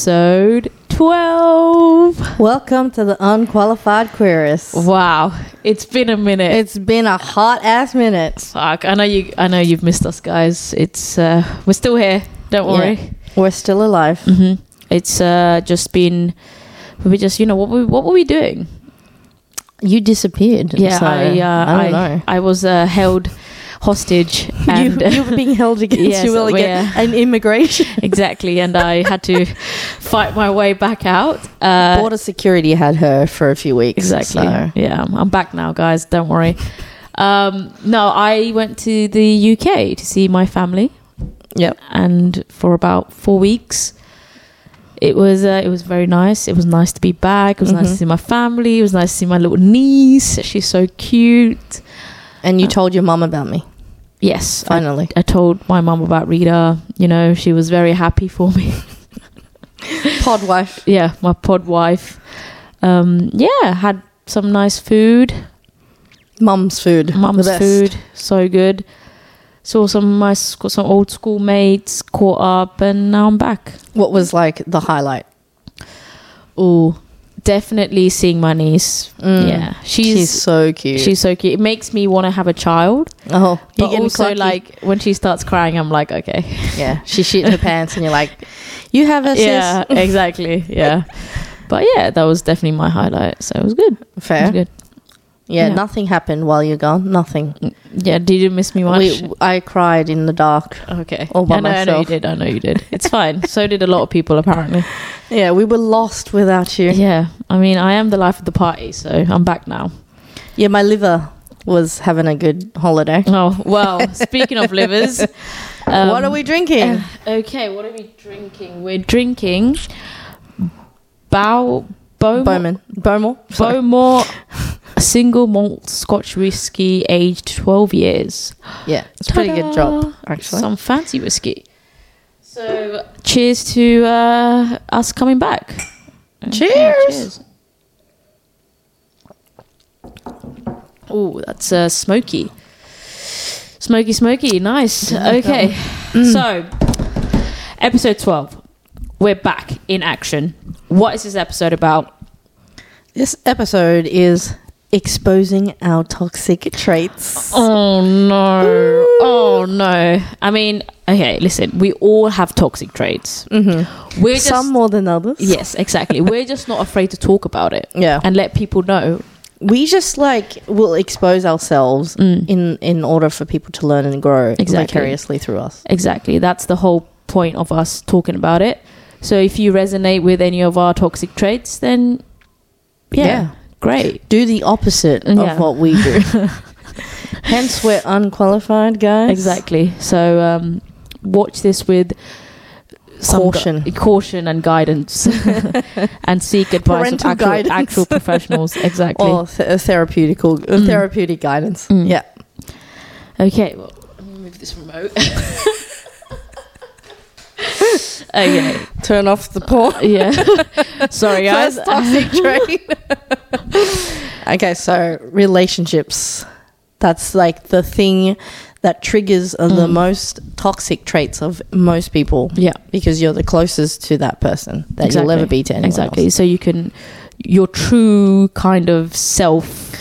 episode 12. Welcome to the Unqualified Querist. Wow, it's been a minute. It's been a hot ass minute. Fuck, I know you I know you've missed us guys. It's uh we're still here. Don't worry. Yeah. We're still alive. hmm It's uh just been we just you know what we what were we doing? You disappeared. Yeah, so I uh I don't I, know. I was uh, held hostage and you, you were being held against Yes, your will we again. An immigration exactly and I had to fight my way back out. Uh border security had her for a few weeks. Exactly. so- Yeah, I'm, I'm back now, guys. Don't worry. Um, no, I went to the UK to see my family, Yep. and for about four weeks, it was uh, it was very nice. It was nice to be back. It was nice to Mhm. see my family. It was nice to see my little niece. She's so cute. And you told your mum about me. Yes, Uh, I, Finally. I told my mum about Rita. You know, she was very happy for me. Pod wife. yeah, my pod wife. Um, yeah, had some nice food. Mum's food. Mum's the best. food, so good. Saw some of my sc- some old school mates, caught up, and now I'm back. What was like the highlight? Oh, definitely seeing my niece. Yeah, she's Mm. She's, Mm. she's, so cute. so cute. It makes me want to have a child, oh, you're but getting also clucky. like when she starts crying, I'm like, okay, yeah, she shit her pants, and you're like, you have her. sis." yeah, exactly, yeah. But yeah, that was definitely my highlight. So it was good. It fair. was good. Yeah, Yeah. nothing happened while you're gone. Nothing. Yeah. Did you miss me much? We, I cried in the dark. okay. all by I know, I know you myself. did. I know you did. It's fine. so did a lot of people apparently. Yeah, we were lost without you. Yeah, Yeah, I mean, I am the life of the party, so I'm back now. my liver was having a good holiday. Oh well. speaking of livers, um, what are we drinking? Okay, what are we drinking? We're drinking Bow Bowmore, Bowman. Bowmore. Sorry. Bowmore single malt Scotch whiskey, aged twelve years. yeah, it's a pretty good job, Ta-da. actually. Some fancy whiskey. So, cheers to uh, us coming back. Okay, Cheers. Oh, that's uh, smoky. Smoky, smoky. Nice. Okay. So, episode 12. We're back in action. What is this episode about? This episode is exposing our toxic traits. Oh, no. Oh, no. I mean, okay, listen, we all have toxic traits. Mm-hmm. We're just, Some more than others. Yes, exactly. We're just not afraid to talk about it Yeah. and let people know. we just like will expose ourselves in in order for people to learn and grow Exactly. vicariously through us. Exactly. That's the whole point of us talking about it. So if you resonate with any of our toxic traits, then yeah, Yeah. great. Do the opposite Yeah. of what we do. Hence, we're unqualified, guys. Exactly. So um, watch this with some gu- Caution. caution and guidance, and seek advice of Parental actual, guidance. actual professionals. Exactly. Or th- uh, therapeutical, uh, therapeutic guidance. Mm. Yeah. Okay, well, let me move this remote. okay. Turn off the porn. Uh, Yeah. Sorry, guys. First toxic trait. okay, so relationships. That's like the thing that triggers are Mm. the most toxic traits of most people Yeah. because you're the closest to that person that you'll ever be to anyone Exactly. else. So you can, your true kind of self,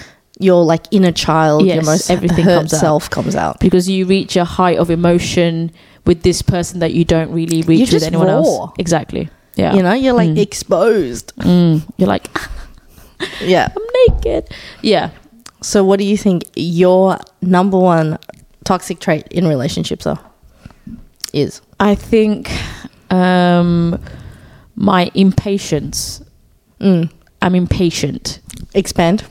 Your like inner child, your Yes, most everything everything hurt comes out. self comes out. because you reach a height of emotion with this person that you don't really reach with just anyone raw. else. Exactly. Yeah. You know, you're like Mm. exposed. Mm. You're like, "Ah, Yeah. I'm naked. Yeah. So, what do you think your number one toxic trait in relationships are? Is I think um, my impatience. mm. I'm impatient. expand,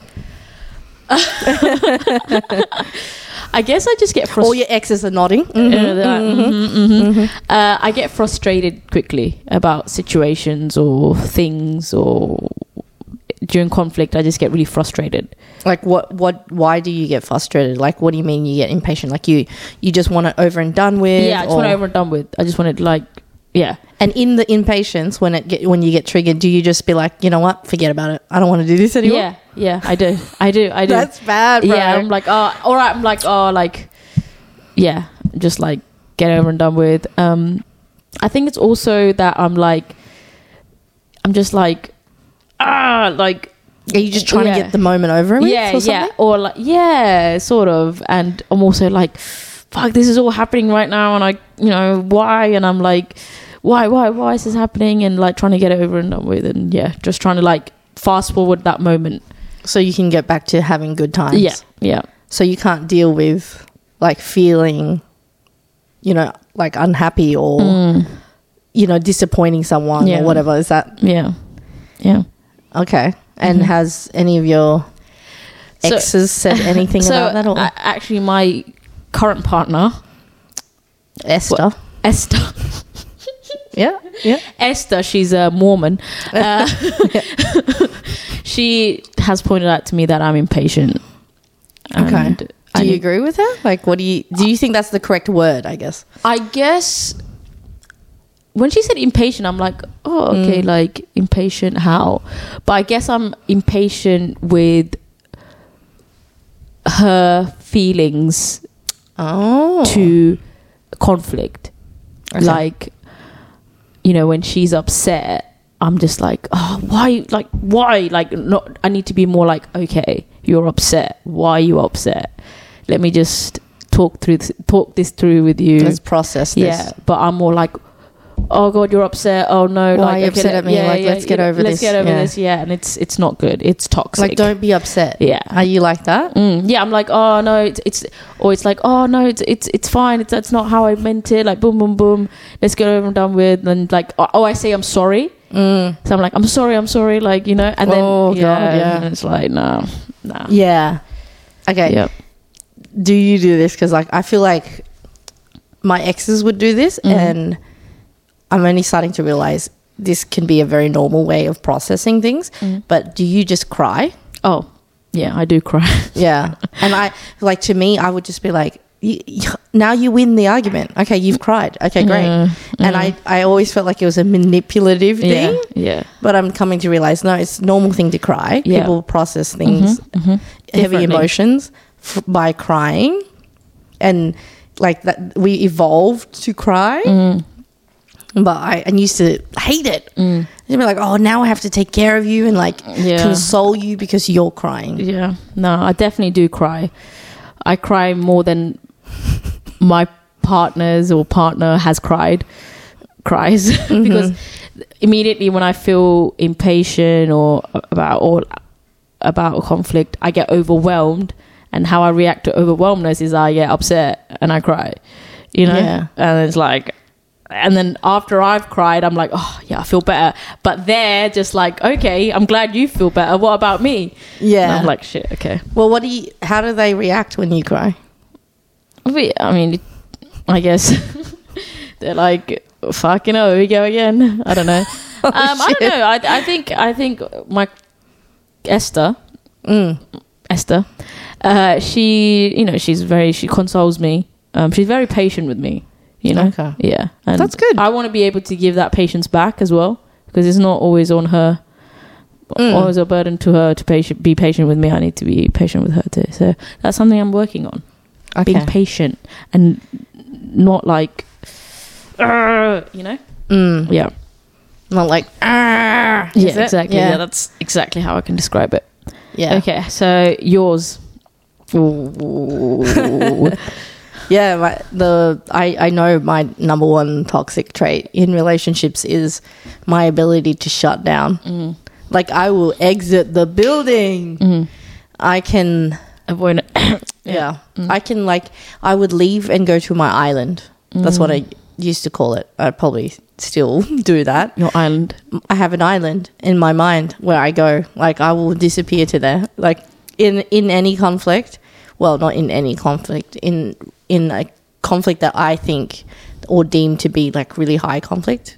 I guess I just get all frustrated. your exes are nodding. Uh, Mm-hmm, they're like, mhm, mhm. Uh, I get frustrated quickly about situations or things or during conflict. I just get really frustrated. Like, what? What? Why do you get frustrated? Like, what do you mean you get impatient? Like, you you just want it over and done with. yeah, I just want or- it over and done with. I just want it like, yeah, And in the impatience, when it get, when you get triggered, do you just be like, you know what? Forget about it. I don't want to do this anymore. yeah, yeah. I do, I do, I do. that's bad. Bro. yeah, I'm like, oh, all right. I'm like, oh, like, yeah, just like get over and done with. Um, I think it's also that I'm like I'm just like, ah, like Are you just trying Yeah. to get the moment over with? yeah, or something? yeah, or like yeah, sort of. And I'm also like, fuck, this is all happening right now, and I, you know, why? And I'm like, why, why, why is this happening? And like trying to get it over and done with, and yeah, just trying to like fast forward that moment. So you can get back to having good times. Yeah, yeah, So you can't deal with like feeling, you know, like unhappy or Mm. you know disappointing someone Yeah. or whatever. Is that yeah, yeah. okay? And has any of your So- exes said anything so about that or a- actually, my current partner Esther? Esther, Yeah, yeah. Esther, she's a Mormon. Uh, she has pointed out to me that I'm impatient. Okay. And I Do you need- agree with her? Like, what do you do? You think that's the correct word? I guess. I guess when she said impatient, I'm like, oh, Mm. okay, like impatient how? But I guess I'm impatient with her feelings Oh, to conflict. Okay. Like, you know, when she's upset, I'm just like, oh, why? Like, why? Like, not. I need to be more like, okay, you're upset. Why are you upset? Let me just talk through, th- talk this through with you. let's process this. Yeah, but I'm more like, oh god, you're upset. Oh no, Why like, are you okay, upset let- at me? Like, let's get over Let's this. get over Yeah. this. Yeah, and it's it's not good. It's toxic. Like, don't be upset. Yeah. Are you like that? Mm, yeah, I'm like, oh no, it's, it's or it's like, oh no, it's it's it's fine. It's, that's not how I meant it. Like, boom, boom, boom. Let's get over and done with. And like, oh, oh, I say I'm sorry. Mm. So I'm like, I'm sorry, I'm sorry. Like, you know, and then Oh, God, yeah. and it's like, no, no, Yeah. Okay. yeah, do you do this? Because like I feel like my exes would do this, Mm-hmm. and I'm only starting to realize this can be a very normal way of processing things. But do you just cry? oh, yeah, I do cry. Yeah, and I like to me, I would just be like. "Y- y- Now you win the argument. Okay, you've cried. Okay, great. Yeah, Mm-hmm. And I, I always felt like it was a manipulative thing, yeah, yeah, but I'm coming to realize no, it's a normal thing to cry. Yeah. Mm-hmm. People process things heavy Differently. emotions f- by crying and like that we evolved to cry mm-hmm. Mm. but I, I used to hate it I'd be like oh now i have to take care of you and like Yeah. console you because you're crying yeah. No, I definitely do cry. I cry more than my partners or partner has cried cries because immediately when I feel impatient or about or about a conflict, I get overwhelmed, and how I react to overwhelmedness is I get upset and I cry, you know, Yeah. and it's like. And then after I've cried, I'm like, oh yeah, I feel better. But they're just like, okay, I'm glad you feel better. What about me? And yeah I'm like, shit, okay. well what do you how do they react when you cry We, I mean, I guess they're like, fucking oh, here we go again. I don't know. um, I don't Oh, shit. know. I, I think I think my Esther, mm. Esther, uh, she, you know, she's very, she consoles me. Um, she's very patient with me. You know, Okay. yeah, and That's good. I want to be able to give that patience back as well because it's not always on her. Mm. Always a burden to her to patient, be patient with me. I need to be patient with her too. So that's something I'm working on being okay patient and not like "Arr," you know mm. yeah not like "Ah," is it? yeah exactly yeah. yeah, that's exactly how i can describe it yeah. okay so yours Mm, Yeah, my, the I, I know my number one toxic trait in relationships is my ability to shut down. Like I will exit the building. I can avoid it yeah. I can like I would leave and go to my island. That's what I used to call it. I probably still do that. your island I have an island in my mind where I go. Like I will disappear to there. Like in in any conflict, well, not in any conflict, in in a conflict that I think or deem to be like really high conflict,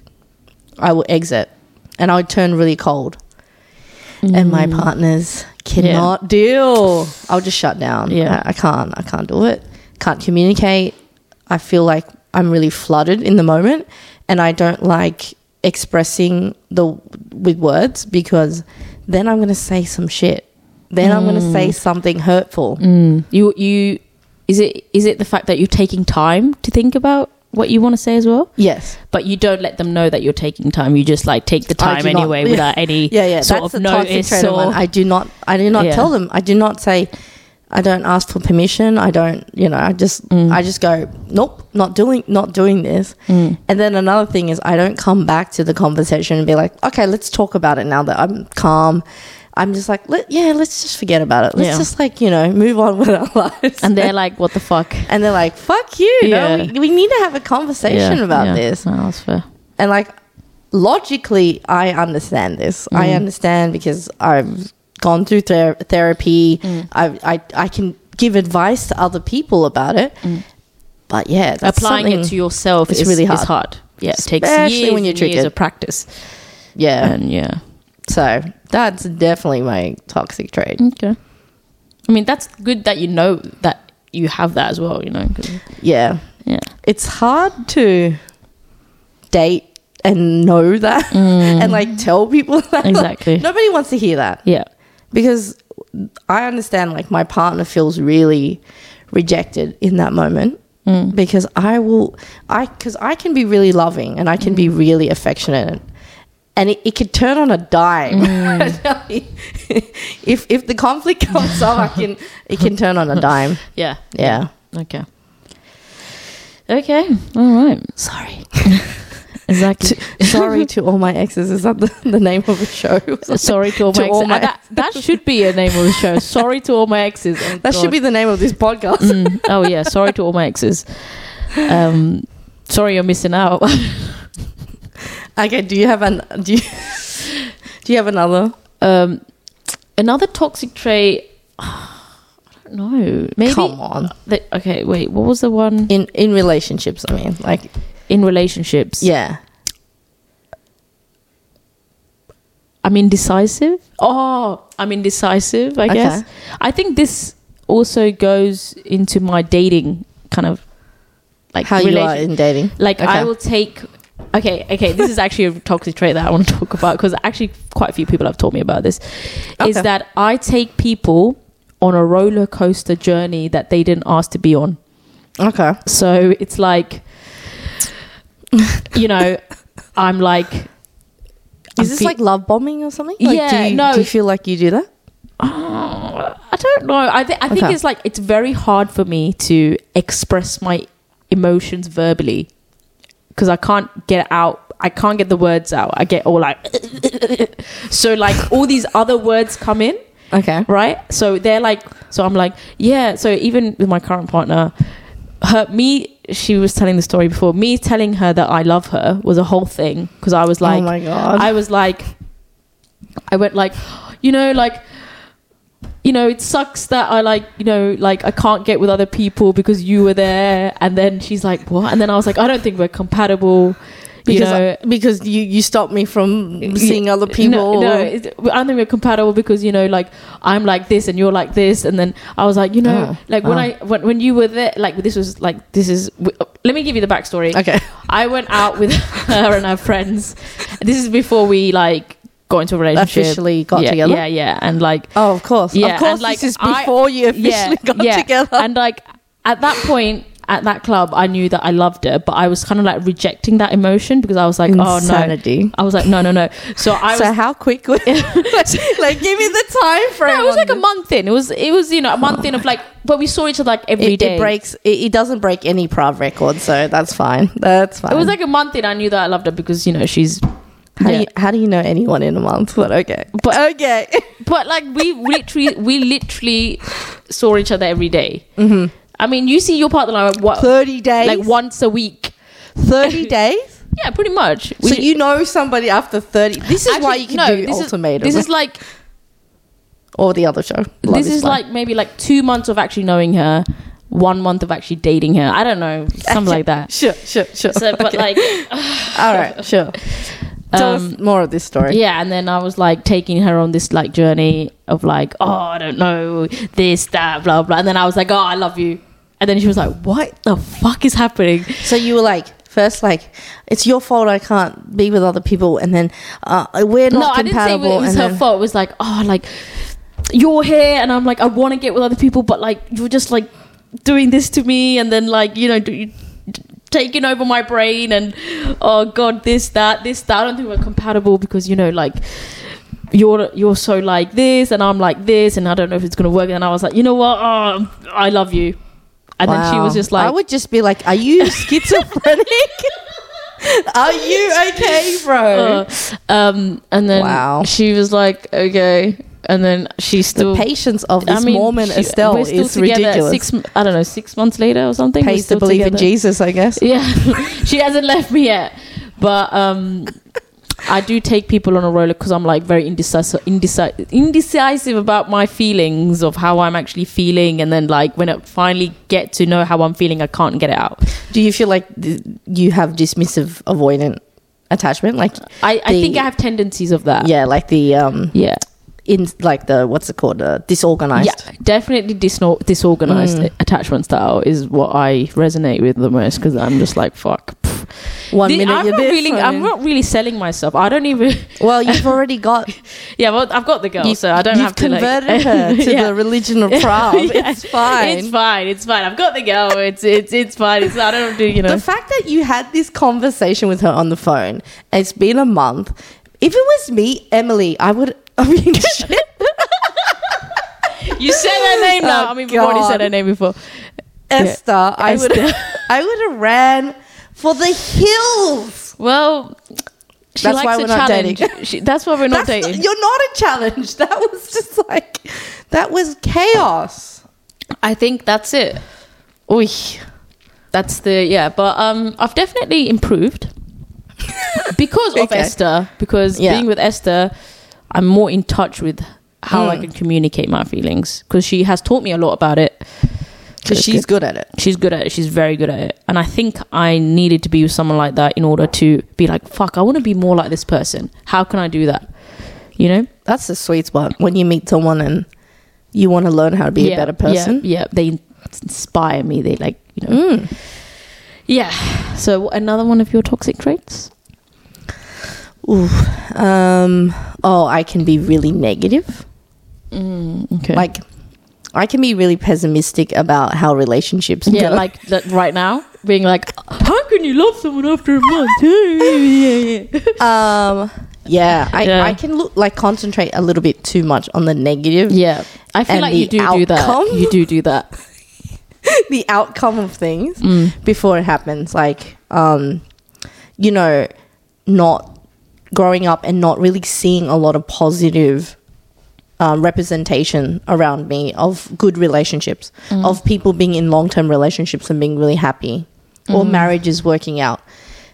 I will exit and I would turn really cold. And my Mm. partners cannot deal. I'll just shut down. Yeah. I, I can't. I can't do it. Can't communicate. I feel like I'm really flooded in the moment, and I don't like expressing the with words because then I'm gonna say some shit. Then I'm gonna Mm. say something hurtful. you you is it is it the fact that you're taking time to think about what you want to say as well. Yes. But you don't let them know that you're taking time. You just like take the I time do not- anyway yeah. without any Yeah, yeah. sort That's of the toxic notice trait of mine. or I do not. I do not Yeah. tell them. I do not say. I don't ask for permission. I don't. You know. I just. Mm. I just go. Nope. Not doing. Not doing this. Mm. And then another thing is, I don't come back to the conversation and be like, okay, let's talk about it now that I'm calm. I'm just like, Let, yeah, let's just forget about it. Let's Yeah. just like you know move on with our lives. and they're like, what the fuck? and they're like, fuck you. Yeah. No, we, we need to have a conversation Yeah, about yeah. this No, that's fair. and like logically i understand this i Mm. understand because i've gone through ther- therapy Mm. I, I i can give advice to other people about it but yeah Mm. that's Applying it to something- yourself It's is really really hard. hard. Yeah, it takes Especially years when you're and years triggered. of practice. yeah And yeah, so that's definitely my toxic trait okay. I mean, that's good that you know that you have that as well. You know, 'cause- yeah yeah, it's hard to date and know that and like tell people that Like, Exactly. nobody wants to hear that yeah, because I understand like my partner feels really rejected in that moment Mm. because I will I because I can be really loving and I can be really affectionate and it, it could turn on a dime if if the conflict comes up I can it can turn on a dime yeah. yeah Okay. Okay. All right. sorry Exactly. sorry to all my exes is that the, the name of a show Sorry to all To my all exes. my Uh, that, that should be a name of the show. Sorry to all my exes. Oh, that should God. be the name of this podcast Mm. Oh yeah. Sorry to all my exes. Um, sorry you're missing out. okay do you have an do you do you have another Um, another toxic trait. I don't know. Maybe. come on The, okay. Wait. What was the one in in relationships i mean like in relationships? yeah I'm indecisive. Oh, I'm indecisive, I Okay. guess. I think this also goes into my dating kind of like how you are relation- in dating Like I Okay. will take Okay, okay, this is actually a toxic trait that I want to talk about because actually quite a few people have told me about this. Is Okay. that I take people on a roller coaster journey that they didn't ask to be on. okay So it's like, you know, I'm like, I'm is this fe- like love bombing or something Yeah, do you, no. do you feel like you do that oh, I don't know. I, th- I think Okay. it's like, it's very hard for me to express my emotions verbally because I can't get out. I can't get the words out. I get all like, so like all these other words come in. okay right? So they're like, so I'm like, yeah. So even with my current partner, her, me, she was telling the story before. Me telling her that I love her was a whole thing because I was like, oh my god I was like, I went like, you know, like, you know, it sucks that I like, you know, like I can't get with other people because you were there. And then she's like, what? And then I was like, I don't think we're compatible. You because, know, I- because you you stopped me from seeing other no, people no, it's- I don't think we're compatible because you know, like I'm like this and you're like this, and then I was like, you know, Oh, like when oh. I when, when you were there, like this was like this is. w- Let me give you the backstory. okay I went out with her and her friends. This is before we like got into a relationship. officially got yeah, together Yeah, yeah, and like oh of course Yeah, of course and, like, this is I- before you officially yeah, got yeah. together And like at that point. At that club, I knew that I loved her, but I was kind of like rejecting that emotion because I was like, "Oh insanity no!" I was like, "No, no, no." So I was so how quickly like, like, give me the time frame No, it was on like a this. month in. It was it was you know a month in of like, but we saw each other like every it, day. it breaks it, it doesn't break any prav record so that's fine that's fine It was like a month in. I knew that I loved her because you know she's. How, Yeah. do you, how do you know anyone in a month? But okay. But- okay. But like we literally we literally saw each other every day. I mean, you see your partner like what 30 Mm-hmm. days. like once a week. 30 days? Yeah, pretty much. so you know somebody after 30. This is why you can do this ultimatum. Is, this is like or the other show. Love this is, Blind. like maybe like two months of actually knowing her, one month of actually dating her. I don't know, something like that. Sure, sure, sure. So, but Okay. like All right, sure. Tell Um, us more of this story. Yeah, and then I was like taking her on this like journey of like, oh, I don't know, this, that, blah, blah. And then I was like, oh, I love you. And then she was like, what the fuck is happening? So you were like, first, like, it's your fault I can't be with other people. And then uh, we're No, not I didn't say it compatible. was and her then- fault. It was like, oh, like, you're here. And I'm like, I want to get with other people, but like, you're just like doing this to me. And then, like, you know, do you. taking over my brain and oh god, this, that, this, that. I don't think we're compatible because you know, like you're you're so like this and I'm like this and I don't know if it's gonna work. And I was like, you know what? Oh, I love you. And then she was just like, I would just be like, Are you schizophrenic? Are you okay, bro? Uh, um, and then Wow. she was like, okay. And then she the still. patience of this Mormon she- Estelle we're still is together ridiculous. Six, m- I don't know, six months later or something. we're Pays still to believe in together. Jesus, I guess. Yeah, she hasn't left me yet, but um, I do take people on a roller because I'm like very indecisive, indecisive, indecisive about my feelings of how I'm actually feeling, and then like when I finally get to know how I'm feeling, I can't get it out. Do you feel like th- you have dismissive, avoidant attachment? Like, I, I The- think I have tendencies of that. yeah, like the um, Yeah. in like the what's it called, uh, disorganized. Yeah, definitely disno- disorganized Mm. attachment style is what I resonate with the most because I'm just like fuck. pff. One The- minute I'm you're not this, really, one I'm minute- not really selling myself. I don't even. Well, you've already got. Yeah, well, I've got the girl, you- Oh, so I don't you've have to. like- converted her to Yeah. the religion of Prav. Yeah. It's fine. It's fine. It's fine. I've got the girl. It's it's it's fine. It's I don't do you know. The fact that you had this conversation with her on the phone, and it's been a month. If it was me, Emily, I would. I mean, shit. you said her name now. Oh, I mean, we've already said God. her name before. Esther, I would. Esther. I would have ran for the hills. Well, she That's likes why a we're not challenge. dating. She, that's why we're not That's- dating. You're not a challenge. That was just like that was chaos. I think that's it. Oy. That's the yeah, but um, I've definitely improved because of Okay. Esther. Because Yeah. being with Esther, I'm more in touch with how I Mm. can communicate my feelings because she has taught me a lot about it. Because she's good at it. She's good at it. She's very good at it. And I think I needed to be with someone like that in order to be like, fuck, I want to be more like this person. How can I do that? You know? That's the sweet spot when you meet someone and you want to learn how to be a better person. Yeah, yeah. They inspire me. They like, you know. Mm. Yeah. So another one of your toxic traits? Ooh. Um, oh, I can be really negative. Mm, okay. Like, I can be really pessimistic about how relationships yeah, go. like that right now, being like, how can you love someone after a month? yeah, yeah. um, yeah, I, Yeah. I can look like concentrate a little bit too much on the negative, yeah. I feel And like you do the do that. outcome? You do do that. the outcome of things before it happens. Like, um, you know, not growing up and not really seeing a lot of positive um, representation around me of good relationships, of people being in long term relationships and being really happy, or marriages working out.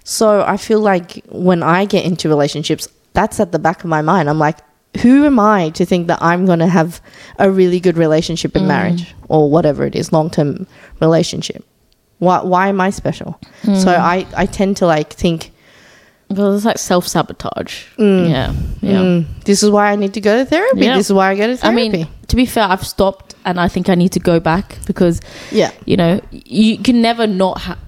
So I feel like when I get into relationships, that's at the back of my mind. I'm like, who am I to think that I'm going to have a really good relationship Mm. in marriage or whatever it is, long term relationship? Why, why am I special? So Mm. I, I tend to like think, Well, it's like self sabotage. Yeah. Yeah. mm, this is why I need to go to therapy. Yeah. This is why I go to I therapy. mean, to be fair, I've stopped and I think I need to go back because, yeah. you know, you can never not ha-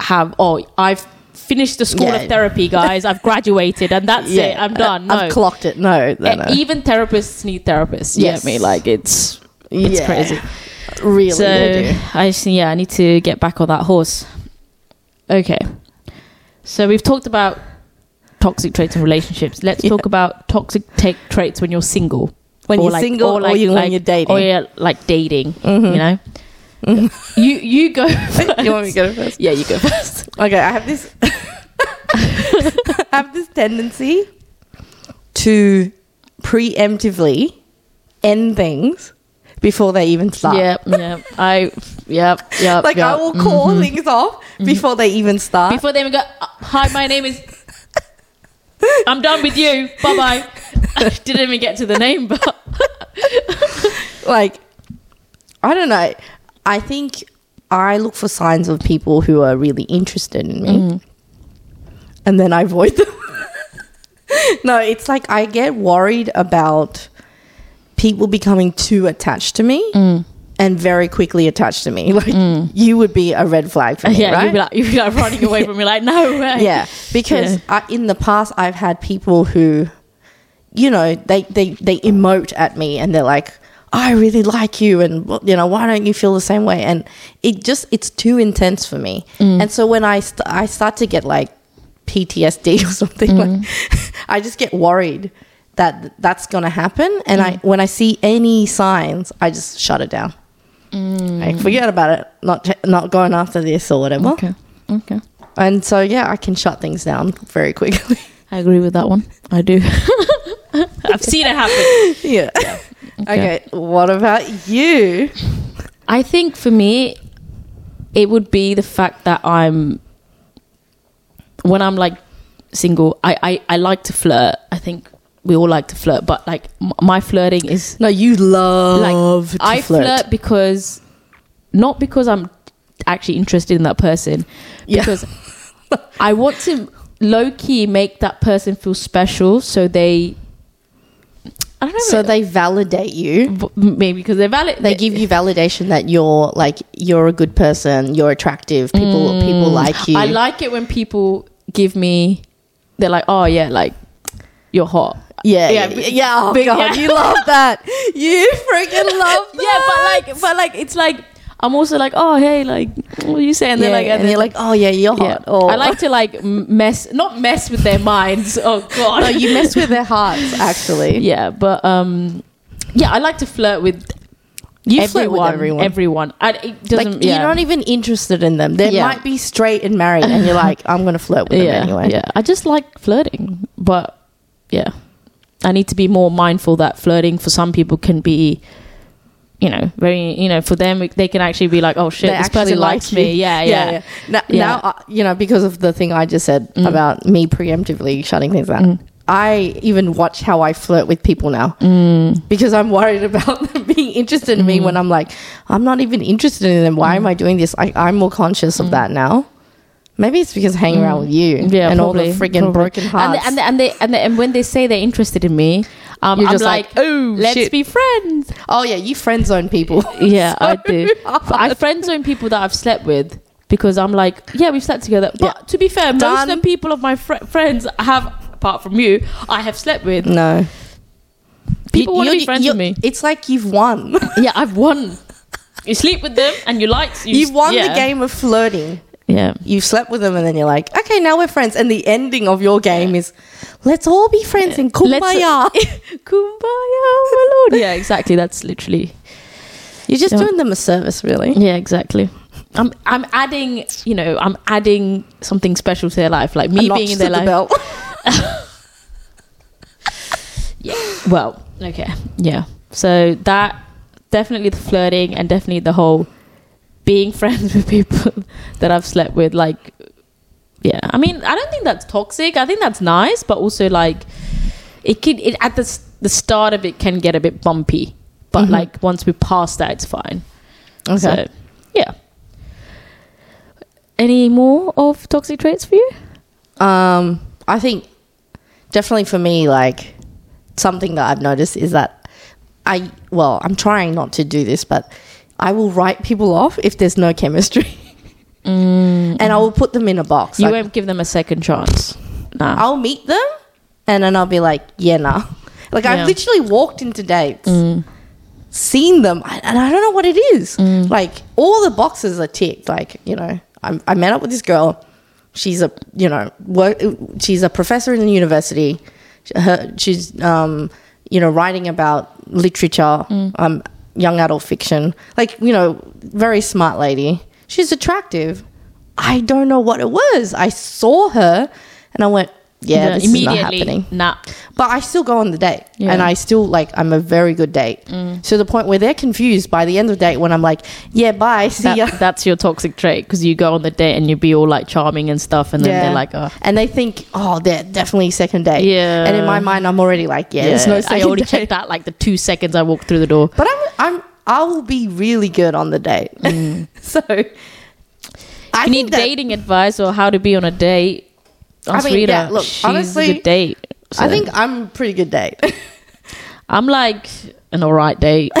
have, oh, I've finished the school Yeah. of therapy, guys. I've graduated and that's it. I'm done. No. Eh, e- I've clocked it. No, no, And no. Even therapists need therapists. Yeah, Yes. me like it's it's Yeah. crazy. Really, so they do. I just yeah, I need to get back on that horse. Okay, so we've talked about toxic traits in relationships. Let's Yeah. talk about toxic take traits when you're single. When you're single or you- when you're dating. Mm-hmm. or you're like dating. You know, you you go. First. you want me to go first? Yeah, you go first. Okay, I have this. I have this tendency to preemptively end things before they even start. Yep, yep. I yep, yep. Like I yep. Mm-hmm. will call things off before they even start. Before they even go, "Uh, hi, my name is. I'm done with you. Bye bye. I didn't even get to the name, but like I don't know. I think I look for signs of people who are really interested in me, Mm-hmm. and then I avoid them. no, it's like I get worried about people becoming too attached to me. Mm. And very quickly attached to me. Like you would be a red flag for me, yeah, right? you'd be like, you'd be like running away from me, like no way. yeah because I, in the past i've had people who you know they, they they emote at me and they're like I really like you, and well, you know, why don't you feel the same way? And it just it's too intense for me. And so when I st- I start to get like PTSD or something, like I just get worried that that's going to happen. And I when I see any signs, I just shut it down. Like forget about it. Not ch- not going after this or whatever. Okay. Okay. And so yeah, I can shut things down very quickly. I agree with that one. I do. I've seen it happen. yeah. Okay. What about you? I think for me, it would be the fact that I'm when I'm like single. I I, I like to flirt. I think we all like to flirt, but like m- my flirting is No, you like love to I flirt. flirt because not because I'm actually interested in that person, Yeah. because I want to low key make that person feel special, so they. I don't know. So they validate you. b- maybe because they're valid. They give you validation that you're like you're a good person, you're attractive, people people like you. I like it when people give me. They're like, oh yeah, like you're hot. yeah, Yeah, yeah, but- yeah. Oh but god, yeah. you love that. You freaking love that. Yeah, but like, but like, it's like I'm also like, oh hey, like what are you saying? They're yeah, like, and then- you're like, oh yeah, you're yeah. hot. Or, I like to like m- mess, not mess with their minds. Oh god, no, you mess with their hearts. Actually, yeah, but um, yeah, I like to flirt with. you everyone, flirt with everyone. everyone. I, it like doesn't. yeah. you're not even interested in them. They Yeah. might be straight and married, and you're like, I'm gonna flirt with yeah, them anyway. Yeah, I just like flirting, but yeah, I need to be more mindful that flirting for some people can be, you know, very, you know, for them it- they can actually be like, oh shit, They this actually person like likes you. me. Yeah, yeah, Now, Yeah. Mm. now, uh, you know, because of the thing I just said about me preemptively shutting things down, I even watch how I flirt with people now Mm. because I'm worried about them being interested in me when I'm like, I'm not even interested in them. Why Mm. am I doing this? I, I'm more conscious of that now. Maybe it's because hanging around with you Mm. Yeah, and all probably, the friggin' probably. broken And, hearts. and, and they and they, and when they say they're interested in me, um, You're I'm just like, like, "Oh, let's shit." be friends. oh, yeah, you friend zone people. Yeah, I do. hard. I friend zone people that I've slept with because I'm like, yeah, we've slept together. But Yeah. to be fair, most Done. of the people of my fr- friends I have, apart from you, I have slept with. no. People Mm. You- want to you- be friends you- with me. It's like you've won. Yeah, I've won. You sleep with them and you like. You, you've won yeah. the game of flirting. Yeah. you've slept with them and then you're like, okay, now we're friends. And the ending of your game is, let's all be friends and kumbaya. Kumbaya, oh my lord. Yeah, exactly. That's literally. You're just Yeah. doing them a service, really. Yeah, exactly. I'm I'm adding, you know, I'm adding something special to their life, like me A notch being in to their the life. belt. Well, okay, yeah. So that definitely the flirting and definitely the whole being friends with people that I've slept with. Like, yeah. I mean, I don't think that's toxic. I think that's nice, but also like it could it at the s- the start of it can get a bit bumpy, but Mhm. like once we pass that, it's fine. Okay. So, yeah. Any more of toxic traits for you? Um, I think definitely for me, like something that I've noticed is that I, well, I'm trying not to do this, but I will write people off if there's no chemistry. And I will put them in a box. Mm. You Like, won't give them a second chance. Nah. I'll meet them and then I'll be like, yeah, nah. Like Yeah. Mm. I've literally walked into dates, seen them, I- and I don't know what it is. Like all the boxes are ticked. Like you know, I'm, I met up with this girl. She's a you know work, she's a professor in the university. Her, she's um, you know writing about literature, um, young adult fiction. Like you know, very smart lady. She's attractive. I don't know what it was. I saw her and I went, yeah, this is not happening Nah. but I still go on the date Yeah. Mm. and I still like I'm a very good date to the point where they're confused by the end of the date when I'm like yeah bye see That- ya That's your toxic trait because you go on the date and you be all like charming and stuff, and then Yeah. they're like, oh. and they think oh they're definitely second date Yeah. and in my mind I'm already like yeah, there's no I second already date checked that like the two seconds I walked through the door. but I'm I'm I'll be really good on the date so I If Mm. you need think that- dating advice or how to be on a date, ask mean, Rita. yeah, look, She's a honestly, good date. I So, think I'm a pretty good date I'm like an all right date.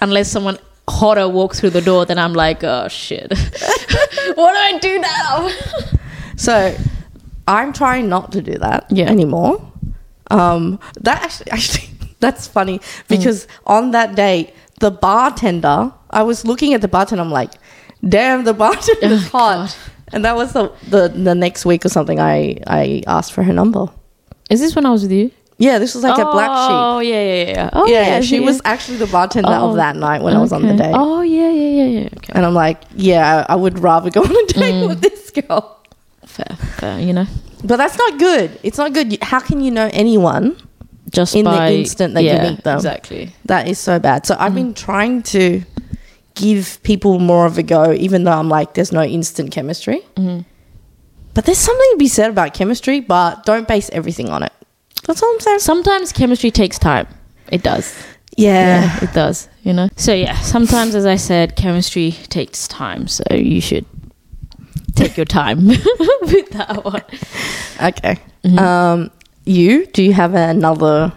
Unless someone hotter walks through the door, then I'm like, oh shit. what do I do now? So I'm trying not to do that Yeah. anymore. Um, that actually, actually, That's funny Hmm. because on that date, the bartender, I was looking at the bartender, I'm like, damn, the bartender's Oh, hot. And that was the, the, the next week or something, I, I asked for her number. Is this when I was with you? Yeah, this was like a black sheep. Oh yeah, yeah, yeah. Oh yeah, she yeah. was actually the bartender Oh, of that night when I was on the okay. date. Oh yeah, yeah, yeah, yeah. Okay. And I'm like, yeah, I would rather go on a date Hmm. with this girl. Fair, fair. You know, But that's not good. It's not good. You- How can you know anyone? just In the by, instant that you yeah, meet them. Exactly. That is so bad. So Mm. I've been trying to give people more of a go, even though I'm like, there's no instant chemistry. But there's something to be said about chemistry, but don't base everything on it. That's all I'm saying. Sometimes chemistry takes time. It does. Yeah. Yeah, it does. You know. So yeah, sometimes, as I said, chemistry takes time. So you should take your time with that one. Okay. Mm-hmm. Um, you, do you have another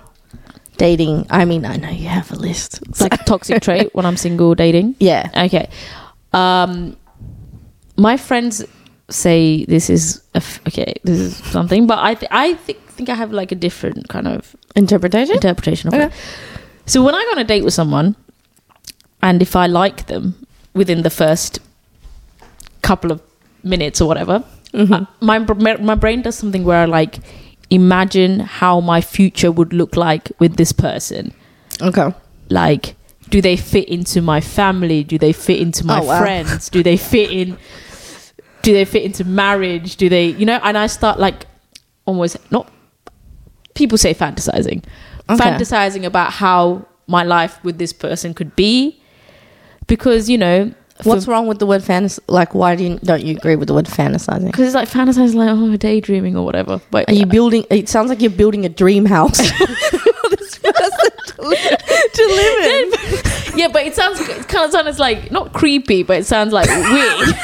dating? I mean, I know you have a list. It's like a toxic trait when I'm single dating. Yeah. Okay. Um, my friends say this is a f- okay. This is something, but I th- I think think I have like a different kind of Interpretation? interpretation of Okay. it. So when I go on a date with someone, and if I like them within the first couple of minutes or whatever, Hmm. Mm-hmm. I- my br- my my brain does something where I like imagine how my future would look like with this person. Okay. Like, do they fit into my family? Do they fit into my Oh, wow. friends? Do they fit in? Do they fit into marriage? Do they, you know? And I start like almost not. People say fantasizing, Okay. fantasizing about how my life with this person could be, because you know What's wrong with the word fantasy? Like, why do you, don't you agree with the word fantasizing? Because it's like fantasizing, like oh, daydreaming or whatever. But Are you building? It sounds like you're building a dream house. for this person to li- to live in. yeah, but it sounds it kind of sounds like not creepy, but it sounds like weird.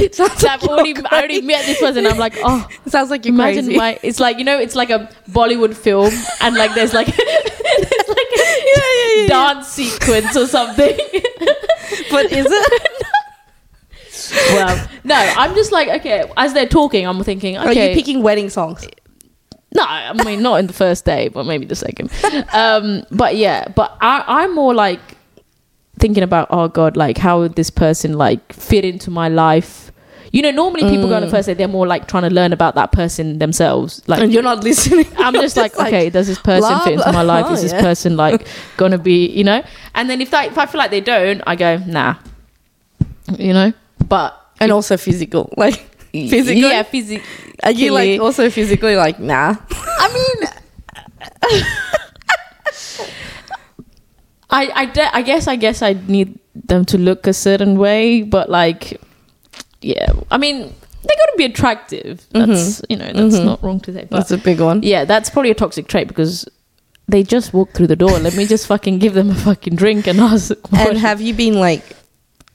It sounds So I've you're already, I already crazy. met this person. I'm like, oh, It sounds like you're Imagine crazy. my it's like you know it's like a Bollywood film and like there's like there's like a dance sequence or something. but is it? well, no, I'm just like okay. As they're talking, I'm thinking Are okay. Uh, you picking wedding songs? no, I mean not in the first day, but maybe the second. Um, but yeah, but I, I'm more like thinking about oh god, like how would this person like fit into my life? You know, normally people go on Mm. the first day, they're more like trying to learn about that person themselves. Like And you're not listening. I'm just like, okay, does this person blah, fit into blah. my life? Oh, Is this yeah. person like gonna be, you know? And then if that, if I feel like they don't, I go, nah, you know. But and also physical, like physically. yeah, physically. Are you like also physically like nah? I mean, I, I, de- I guess, I guess I need them to look a certain way, but like, yeah, I mean, they gotta be attractive. That's you know, that's not wrong to say. But that's a big one. yeah, that's probably a toxic trait because. They just walk through the door. Let me just fucking give them a fucking drink and ask. And have you been like?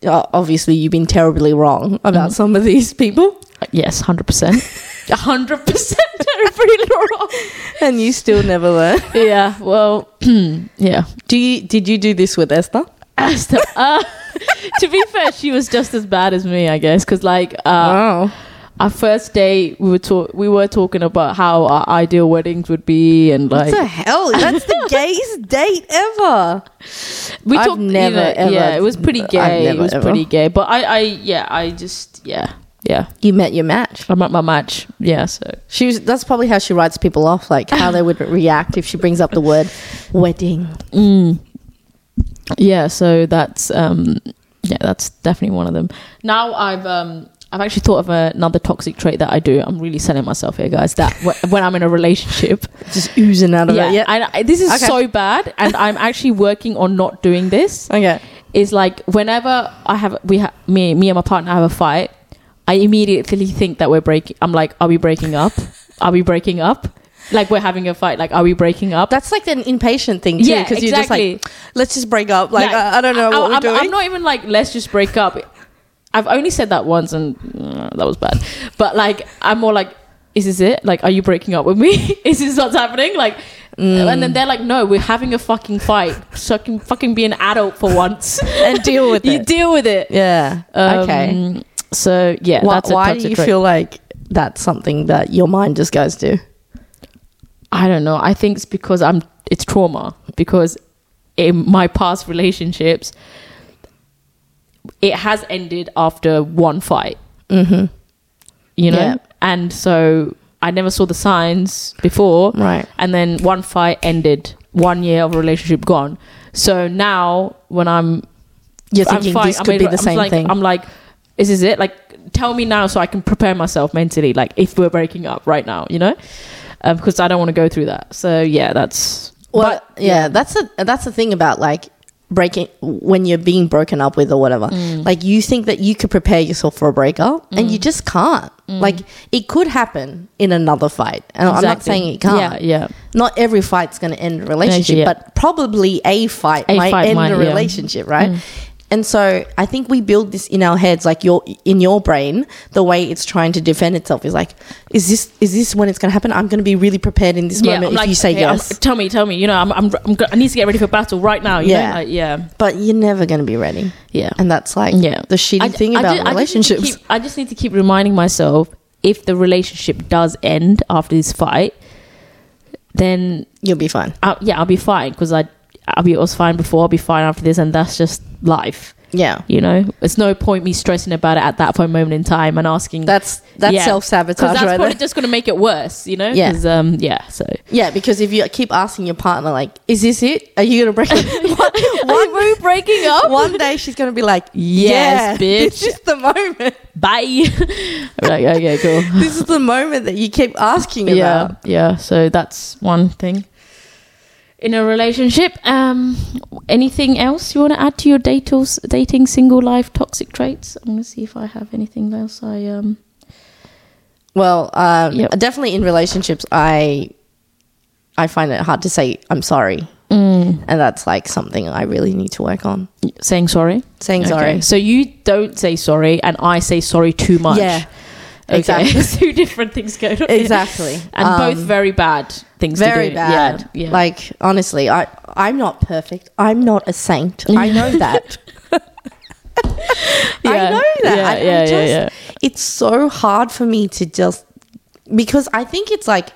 uh, Obviously, you've been terribly wrong about some of these people, Yes, hundred percent, hundred percent terribly wrong. and you still never learn. Yeah, well, yeah. Do you? Did you do this with Esther? As the- uh, to be fair, she was just as bad as me, I guess, because like Oh. uh, wow. our first day, we were talk- we were talking about how our ideal weddings would be, and What like the hell? That's the gayest date ever. we I've talked. you never, know, ever- yeah, it was pretty I've gay. never, it was ever. pretty gay, but I, I, yeah, I just, yeah, yeah. You met your match. I'm at my match. Yeah, so She was, that's probably how she writes people off, like how they would react if she brings up the word wedding. Mm. Yeah, so that's um yeah, that's definitely one of them. Now I've um I've actually thought of another toxic trait that I do. I'm really selling myself here, guys. That wh- when I'm in a relationship, Just oozing out of yeah, it. Yeah. I, I- this is Okay. so bad, and I'm actually working on not doing this. okay. Is like whenever I have we ha- me me and my partner have a fight, I immediately think that we're breaking. I'm like, are we breaking up? Are we breaking up? Like we're having a fight. Like are we breaking up? That's like an impatient thing too, Yeah, because you're just like, let's just break up. Like, No, I, I don't know I- what we're I'm, doing. I'm not even like, let's just break up. I've only said that once, and uh, that was bad. But like, I'm more like, is this it? Like, are you breaking up with me? is this what's happening? Like, Mm. and then they're like, no, we're having a fucking fight. So I can fucking be an adult for once. and deal with you it. deal with it. Yeah. okay. Um, So yeah, why that's a why do toxic you trait. feel like that's something that your mind just goes to? I don't know. I think it's because I'm it's trauma because in my past relationships, it has ended after one fight. Mhm. You know, Yeah. and so I never saw the signs before, Right. and then one fight ended, one year of a relationship gone. So now when I'm You're I'm thinking fine. this I'm could be able- the I'm same like, thing. I'm like, is this it? Like, tell me now so I can prepare myself mentally. Like, if we're breaking up right now, you know, um, because I don't want to go through that. So yeah, that's Well, yeah, that's the that's the thing about like breaking when you're being broken up with or whatever. Like you think that you could prepare yourself for a breakup, and you just can't. Like it could happen in another fight, and I'm not Exactly. saying it can't. Yeah, yeah. Not every fight's going to end a relationship, yeah. but probably a fight A might fight end might, a yeah. Mm. relationship, right? And so I think we build this in our heads, like your in your brain, the way it's trying to defend itself is like, is this is this when it's going to happen? I'm going to be really prepared in this moment if you say okay, I'm- yes. tell me, tell me. You know, I'm, I'm, I'm, go- I need to get ready for battle right now. You Yeah. know? Like, yeah, but you're never going to be ready. yeah. And that's like Yeah. the shitty I- thing I about ju- I just need to relationships. keep- I just need to keep reminding myself if the relationship does end after this fight, then You'll be fine. i yeah, I'll be fine because I, I'll be, I was fine before. I'll be fine after this, and that's just life. Yeah. You know, it's no point me stressing about it at that point moment in time and asking. That's that's Yeah. self because sabotage that's right probably there. just going to make it worse. You know, Yeah. 'Cause, um, yeah. So Yeah, because if you keep asking your partner, like, is this it? Are you going to break up? one, one, we breaking up? one day she's going to be like, Yes, yes, bitch. This is the moment. Bye. I'm like okay, cool. This is the moment that you keep asking Yeah, about. yeah. So that's one thing. In a relationship, um, anything else you want to add to your dating, dating single life, toxic traits? I'm gonna see if I have anything else. I um, Well, um, Yep. definitely in relationships, I I find it hard to say I'm sorry, and that's like something I really need to work on. saying sorry. Saying Okay, sorry. So you don't say sorry, and I say sorry too much. Yeah, Okay. exactly. Two different things going on. here. Exactly. And both Um, very bad things. to very do. bad. Yeah. yeah. Like honestly, I I'm not perfect. I'm not a saint. I know that. I Yeah. know that. Yeah, I- I yeah, yeah, just- yeah. It's so hard for me to just because I think it's like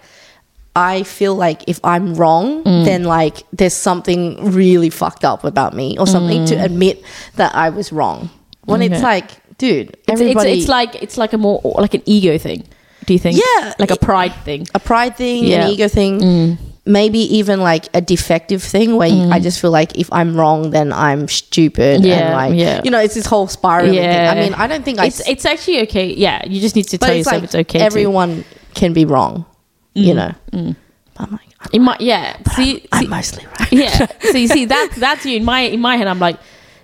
I feel like if I'm wrong, Mm. then like there's something really fucked up about me or something Mm. to admit that I was wrong. When it's Okay. like, dude, It's- it's, everybody it's, like it's like a more like an ego thing. Do you think? Yeah. Like a pride thing. a pride thing, Yeah. Mm. an ego thing, maybe even like a defective thing where I just feel like if I'm wrong, then I'm stupid. Yeah, And like, yeah. you know, it's this whole spiral Yeah. thing. I mean, I don't think I. It's it's actually okay. Yeah, you just need to but tell it's yourself like it's okay. to, everyone can be wrong, you know. But I'm like, I'm, it might. Yeah. See. I'm see mostly right. yeah. So you see that that's you in my in my head. I'm like,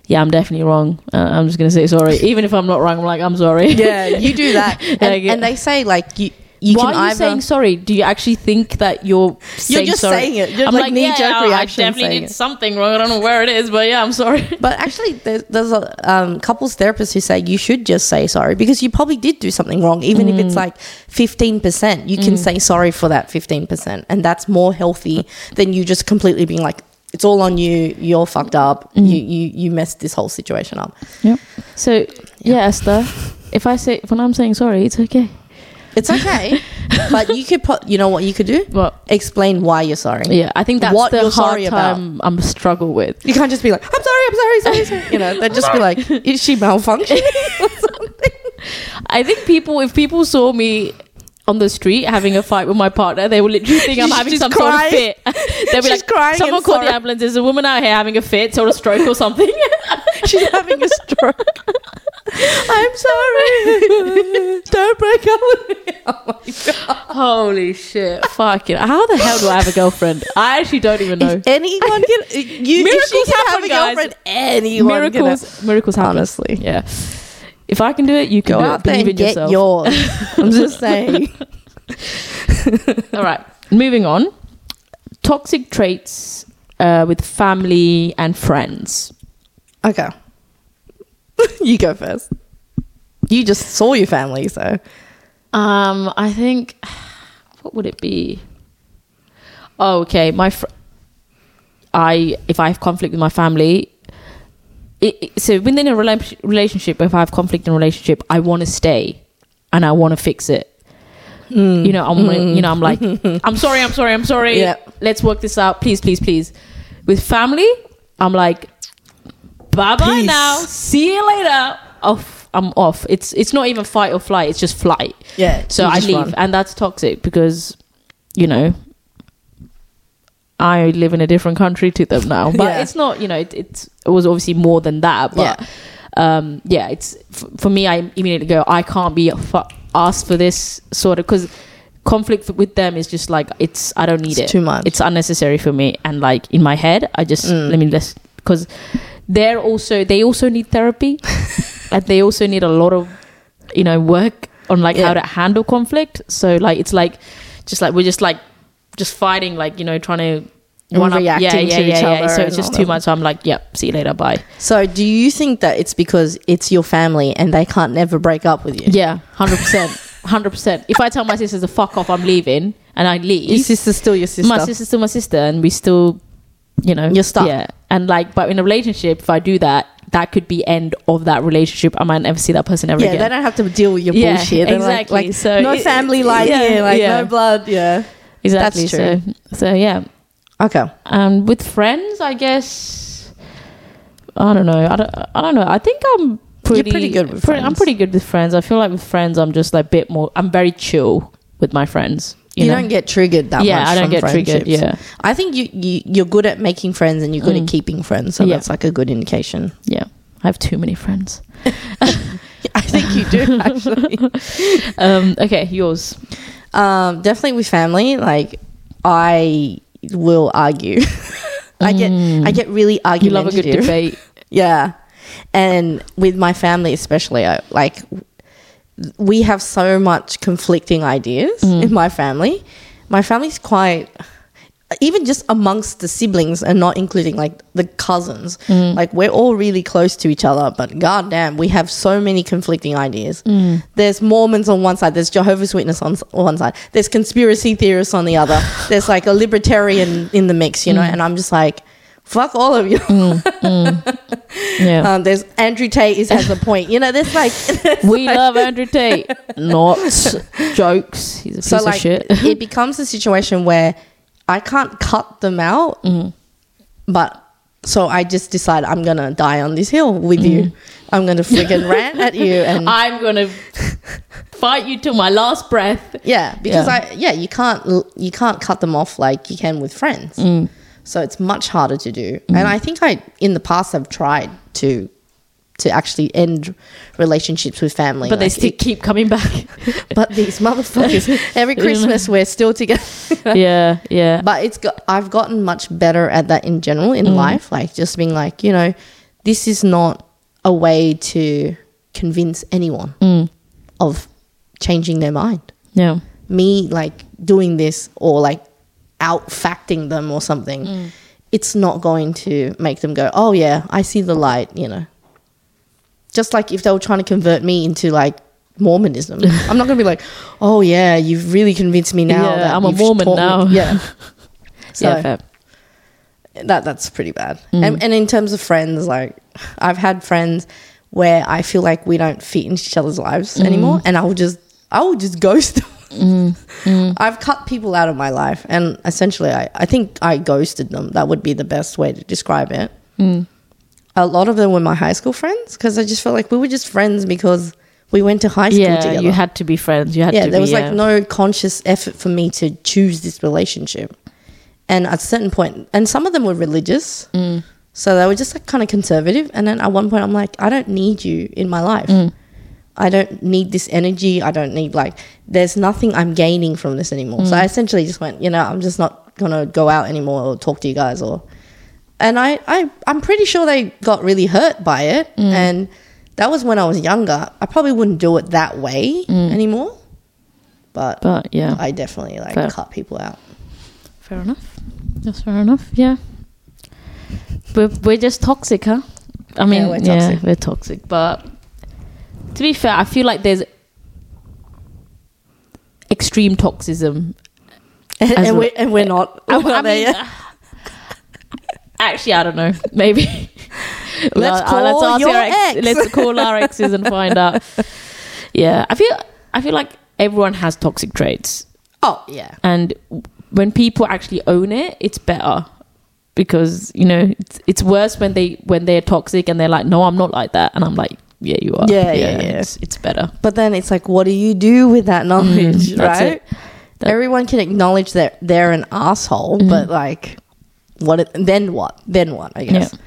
yeah, I'm definitely wrong. Uh, I'm just gonna say sorry, even if I'm not wrong. I'm like, I'm sorry. yeah, you do that. And, Like, yeah. and they say like you, you Why can are you either. saying sorry? Do you actually think that you're you're saying just sorry? saying it. You're I'm like, like, knee jerk yeah, reaction. I definitely saying did it. something wrong. I don't know where it is, but yeah, I'm sorry. But actually, there's, there's a, um, couples therapists who say you should just say sorry because you probably did do something wrong, even if Mm. it's like 15%. You can say sorry for that 15%. And that's more healthy than you just completely being like, it's all on you. You're fucked up. Mm. You, you you messed this whole situation up. So yeah, Esther, if I say when I'm saying sorry, it's okay. It's okay, but you could put. You know what you could do? Well, Explain why you're sorry. yeah, I think that's What the you're hard sorry about. time I'm struggle with. You can't just be like, I'm sorry, I'm sorry, sorry, sorry. You know, they'd just be like, is she malfunctioning? or something? I think people, if people saw me on the street having a fight with my partner, they would literally think I'm She's having just some crying. sort of fit. They'd be She's like, crying someone and called the sorry." ambulance. There's a woman out here having a fit or a stroke or something. She's having a stroke. I'm sorry. Don't break up with me. Oh Holy shit. Fucking. How the hell do I have a girlfriend? I actually don't even know. If anyone can, you, if she Miracles can have happen, a guys. girlfriend, anyone miracles. Miracles. Miracles happen. Honestly. Yeah. If I can do it, you can Go do out it. there Believe and in get yourself. yours. I'm just saying. All right. Moving on. Toxic traits uh, with family and friends. Okay. you go first. You just saw your family, so Um, I think what would it be? Oh, okay. My, fr- I if I have conflict with my family. It, it- so within a rela- relationship, if I have conflict in a relationship, I want to stay and I want to fix it. You know, I'm you know, I'm like, I'm sorry, I'm sorry, I'm sorry. Mm. Yeah. Let's work this out, please, please, please. With family, I'm like, bye bye Peace. now. See you later. Off, I'm off. It's it's not even fight or flight. It's just flight. Yeah. So you I just leave, run. and that's toxic because, you know, I live in a different country to them now. But Yeah. it's not, you know, it, it's, it was obviously more than that. But Yeah. um, yeah, it's f- for me. I immediately go, I can't be fu- asked for this sort of because conflict with them is just like it's. I don't need It's it. too much. It's unnecessary for me, and like in my head, I just Mm. let me just because they're also they also need therapy, and they also need a lot of you know work on like Yeah. how to handle conflict. So like it's like just like we're just like just fighting, like you know trying to. And one-up- reacting to each other So and it's just all too that. much. So I'm like, yep, see you later, bye. So do you think that it's because it's your family and they can't never break up with you? Yeah, hundred percent, hundred percent. If I tell my sisters to fuck off, I'm leaving, and I leave. Your sister's still your sister. My sister's still my sister, and we still, you know, You're stuck. Yeah, and like, but in a relationship, if I do that, that could be end of that relationship. I might never see that person ever yeah, they again. don't have to deal with your Yeah, bullshit. They're like- exactly. Like, So no it- family life yeah, here, like yeah. no blood. Yeah. Exactly. that's true. So, so yeah, Okay. um, with friends, I guess. I don't know. I don't. I don't know. I think I'm You're pretty, pretty good with pretty- I'm friends. pretty good with friends. I feel like with friends, I'm just like a bit more. I'm very chill with my friends. You, You, know? don't get triggered that yeah, much. I don't from get triggered. friendships. Yeah, I think you, you you're good at making friends and you're good Mm. at keeping friends, so Yeah. that's like a good indication. yeah. I have too many friends. I think you do actually. Um, okay, yours. um, definitely with family, like I will argue. I get I get really Mm. You love a argumentative. good debate. Yeah. And with my family, especially, I, like, we have so much conflicting ideas in my family. My family's quite, even just amongst the siblings and not including like the cousins, like, we're all really close to each other, but goddamn, we have so many conflicting ideas. There's Mormons on one side, there's Jehovah's Witness on s- on one side, there's conspiracy theorists on the other, there's like a libertarian in the mix, you know, and I'm just like, fuck all of you. Yeah, Um, there's Andrew Tate is has a point. You know, there's like so we love Andrew Tate. Not jokes. He's a piece of like shit. it becomes a situation where I can't cut them out, Mm-hmm. but so I just decide I'm gonna die on this hill with you. Mm-hmm. I'm gonna friggin' rant at you and I'm gonna fight you till my last breath. yeah, because Yeah. I yeah you can't l- you can't cut them off like you can with friends. Mm. So it's much harder to do, and I think I in the past have tried to to actually end relationships with family, But they Like, still it- keep coming back. but these motherfuckers every christmas we're still together yeah, yeah. but it's got i've gotten much better at that in general in life like just being like you know this is not a way to convince anyone of changing their mind Mm. yeah. me like doing this or like outfacting them or something Mm. it's not going to make them go oh yeah i see the light you know just like if they were trying to convert me into like mormonism i'm not going to be like oh yeah you've really convinced me now Yeah, that I'm a you've Mormon taught now. me." yeah so yeah, fair. that that's pretty bad Mm. and, and in terms of friends like i've had friends where i feel like we don't fit into each other's lives Mm. anymore and i will just i will just ghost them Mm. I've cut people out of my life, and essentially, I, I think I ghosted them. That would be the best way to describe it. Mm. A lot of them were my high school friends because I just felt like we were just friends because we went to high school Yeah, together. you had to be friends. You had yeah, to there be, was yeah. like no conscious effort for me to choose this relationship. And at a certain point, and some of them were religious, Mm. so they were just like kind of conservative. And then at one point, I'm like, I don't need you in my life. Mm. I don't need this energy. I don't need like there's nothing I'm gaining from this anymore. Mm. So I essentially just went, you know, I'm just not gonna go out anymore or talk to you guys or and I, I I'm pretty sure they got really hurt by it. Mm. And that was when I was younger. I probably wouldn't do it that way anymore. But, Mm. But yeah, I definitely like Fair. cut people out. fair enough. That's fair enough. Yeah, we're we're just toxic, huh? I mean, yeah, we're we're toxic. toxic. But to be fair, I feel like there's extreme toxism. As And, and well- we're and we're not. I- we're not I there mean, yet. Actually, I don't know. Maybe Let's Uh, let's call ask your our ex- ex. Let's call our exes and find out. Yeah, I feel I feel like everyone has toxic traits, Oh yeah. and w- when people actually own it, it's better because you know it's, it's worse when they when they're toxic and they're like, "No, I'm not like that," and I'm like, "Yeah, you are." Yeah, yeah, yeah. It's, it's better. But then it's like, what do you do with that knowledge, Mm, that's right? it. That- Mm-hmm. Everyone can acknowledge that they're an asshole, but like, what? It, then what? Then what? I guess. Yeah.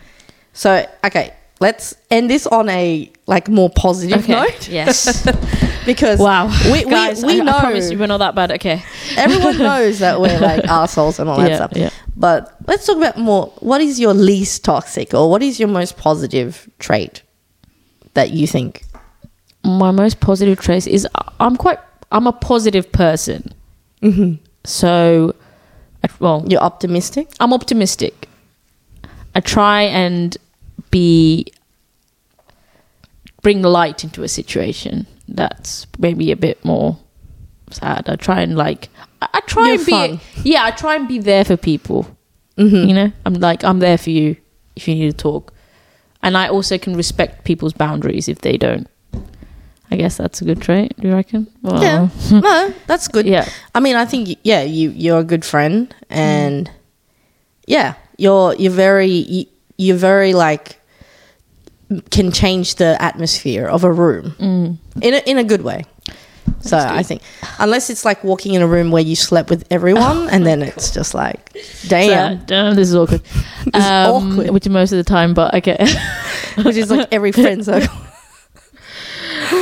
So okay, let's end this on a like more positive note Yes. because wow. we we, Guys, we I, know I promise you, we're not that bad. Okay. everyone knows that we're like assholes and all that Yeah, stuff. yeah. But let's talk about more. What is your least toxic, or what is your most positive trait that you think? my most positive traits is I- I'm quite I'm a positive person. Mm-hmm. So, I- well, You're optimistic. I'm optimistic. I try and be bring light into a situation that's maybe a bit more sad. I try and like I, I try You're and be fun. Mm-hmm. yeah. I try and be there for people. You know, I'm like I'm there for you if you need to talk, and I also can respect people's boundaries if they don't. I guess that's a good trait. Do you reckon? Well, Yeah, no, that's good. Hmm. Yeah. I mean, I think yeah, you you're a good friend, and yeah, you're you're very you, you're very like can change the atmosphere of a room Mm. in a, in a good way. So I think unless it's like walking in a room where you slept with everyone, and then it's just like, damn, So, damn, this is awkward. is Um, awkward. Which most of the time, but okay. which is like every friend circle.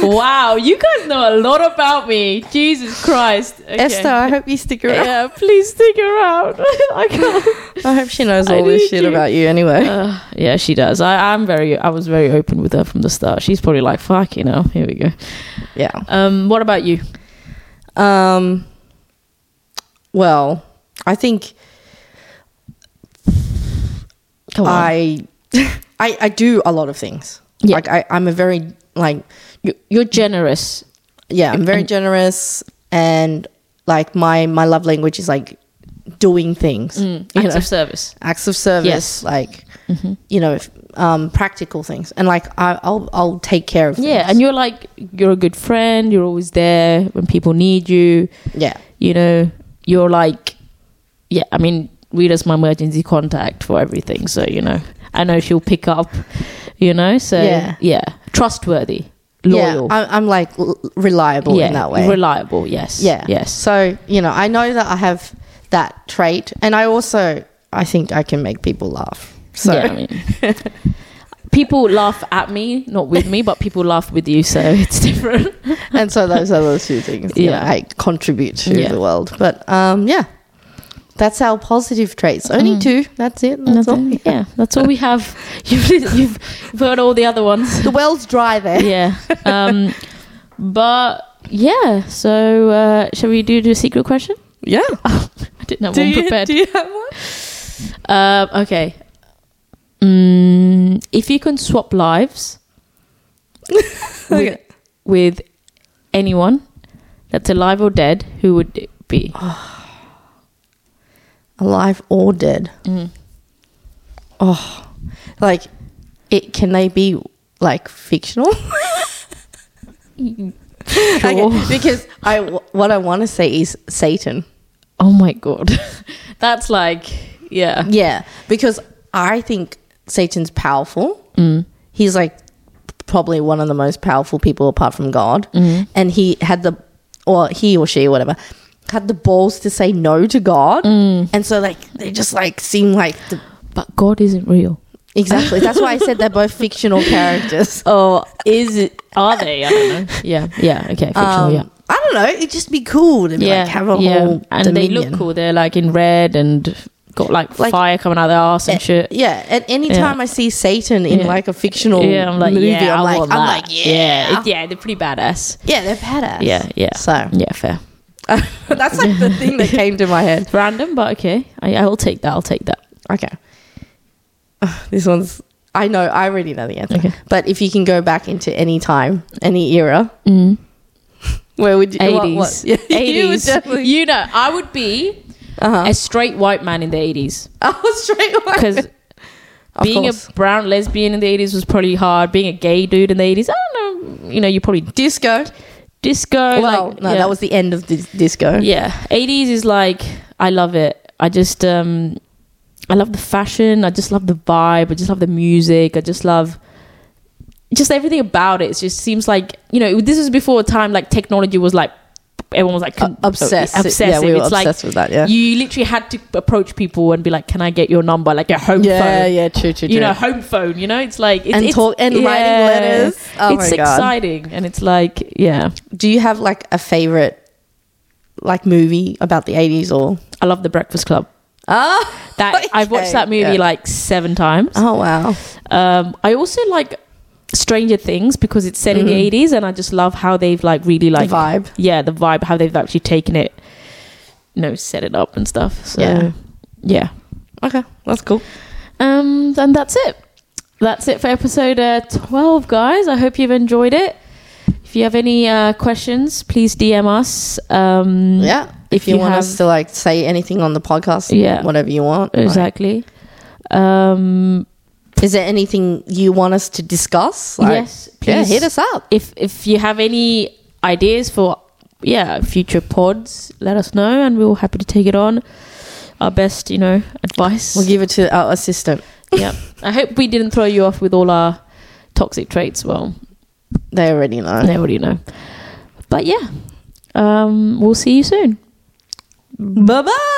wow, you guys know a lot about me. Jesus Christ. Okay. Esther, I hope you stick around. Yeah, please stick around. I can't. I hope she knows I all this need shit you. about you anyway. Uh, yeah, she does. I, I'm very. I was very open with her from the start. She's probably like, "Fuck, you know." Here we go. yeah. Um, what about you? Um, well, I think Come on. I, I I do a lot of things. Yeah. Like I, I'm a very like You- You're generous. yeah, I'm very generous Mm. and like my my love language is like doing things. Mm, you acts know? of service. acts of service, Yes. like Mm-hmm. you know, if- um, practical things, and like I, I'll I'll take care of. Yeah, and things. you're like you're a good friend. You're always there when people need you. yeah, you know, you're like, yeah, I mean, Rita's my emergency contact for everything. So, you know, I know she'll pick up, you know, so Yeah. yeah, trustworthy, loyal. Yeah, I, I'm like l- reliable in that way. Reliable, yes. Yeah. Yes. So, you know, I know that I have that trait and I also I think I can make people laugh. So yeah, I mean, people laugh at me, not with me, but people laugh with you. So it's different. and so those are those two things yeah. Yeah. I contribute to Yeah. the world. But um yeah. That's our positive traits. Only two. That's it. That's all. Mm. Nothing- Yeah, that's all we have. You've, you've you've heard all the other ones. The world's dry there. yeah. Um, but yeah, so uh, shall we do the secret question? Yeah. I didn't have one prepared. you have one? Um, okay. Mm, if you can swap lives Okay. with anyone that's alive or dead, who would it be? Uh, Alive or dead. Mm. Oh. Like it can they be like fictional? Sure. Okay, because I what I want to say is Satan. Oh my god. that's like, yeah. Yeah, because I think Satan's powerful. Mm. He's like probably one of the most powerful people apart from God, Mm-hmm. and he had the or he or she whatever had the balls to say no to God, Mm. and so like they just like seem like the But God isn't real. exactly. That's why I said they're both fictional characters. Oh, is it? Are they? I don't know. Yeah, yeah, okay, fictional, Um, yeah. I don't know. It'd just be cool to like have a whole and dominion. they look cool. They're like in red and got like, Like- eh, fire coming out of their ass and shit. Yeah, at any Yeah. time I see Satan in Yeah. like a fictional yeah, I'm like, movie, yeah, I'm I like, I'm want that. like, yeah, yeah, it- yeah, they're pretty badass. Yeah, they're badass. Yeah, yeah. So Yeah, fair. that's like the thing that came to my head. Random, but okay. I, I'll take that. I'll take that. Okay. Ugh, This one's, I know, I already know the answer. Okay. But if you can go back into any time, any era, where would you? what- what- Mm. Eighties, Yeah, You would eighties. definitely. You know, I would be a straight white man in the eighties I was straight away. because Of being course. a brown lesbian in the eighties was probably hard. Being a gay dude in the eighties, I don't know. You know, you probably disco. disco. well, Oh, like, no, yeah. that was the end of dis- disco. yeah. 80s is like I love it. I just um I love the fashion. I just love the vibe. I just love the music. I just love just everything about it. It just seems like you know this is before a time like technology was like everyone was like Uh, obsessed. obsessive. Yeah, we were it's like obsessed with that. Yeah. you literally had to approach people and be like, "Can I get your number?" Like your home yeah, phone, yeah, true, true, true. you know, home phone. You know, it's like it's, and it's- talk and yeah. writing letters. Oh it's my god. exciting, and it's like, yeah, Do you have like a favorite like movie about the eighties or I love the Breakfast Club. ah? That I've watched that movie yeah. like seven times. Oh wow! Um, I also like Stranger Things because it's set in the Mhm. eighties, and I just love how they've like really like the vibe. yeah the vibe how they've actually taken it, you know, set it up and stuff. So Yeah. yeah, yeah. Okay, that's cool. Um, and that's it. That's it for episode uh, 12, guys. I hope you've enjoyed it. If you have any uh, questions, please DM us. Um, Yeah. If, If you, you want have- us to like say anything on the podcast, Yeah. whatever you want. like- Exactly. Um, is there anything you want us to discuss? Like, yes, please. Yeah, hit us up. If, if you have any ideas for yeah future pods, let us know and we will happy to take it on. Our best, you know, advice. We'll give it to our assistant. yeah. I hope we didn't throw you off with all our toxic traits. Well, They already know. They already know. But yeah, um, we'll see you soon. Bye bye.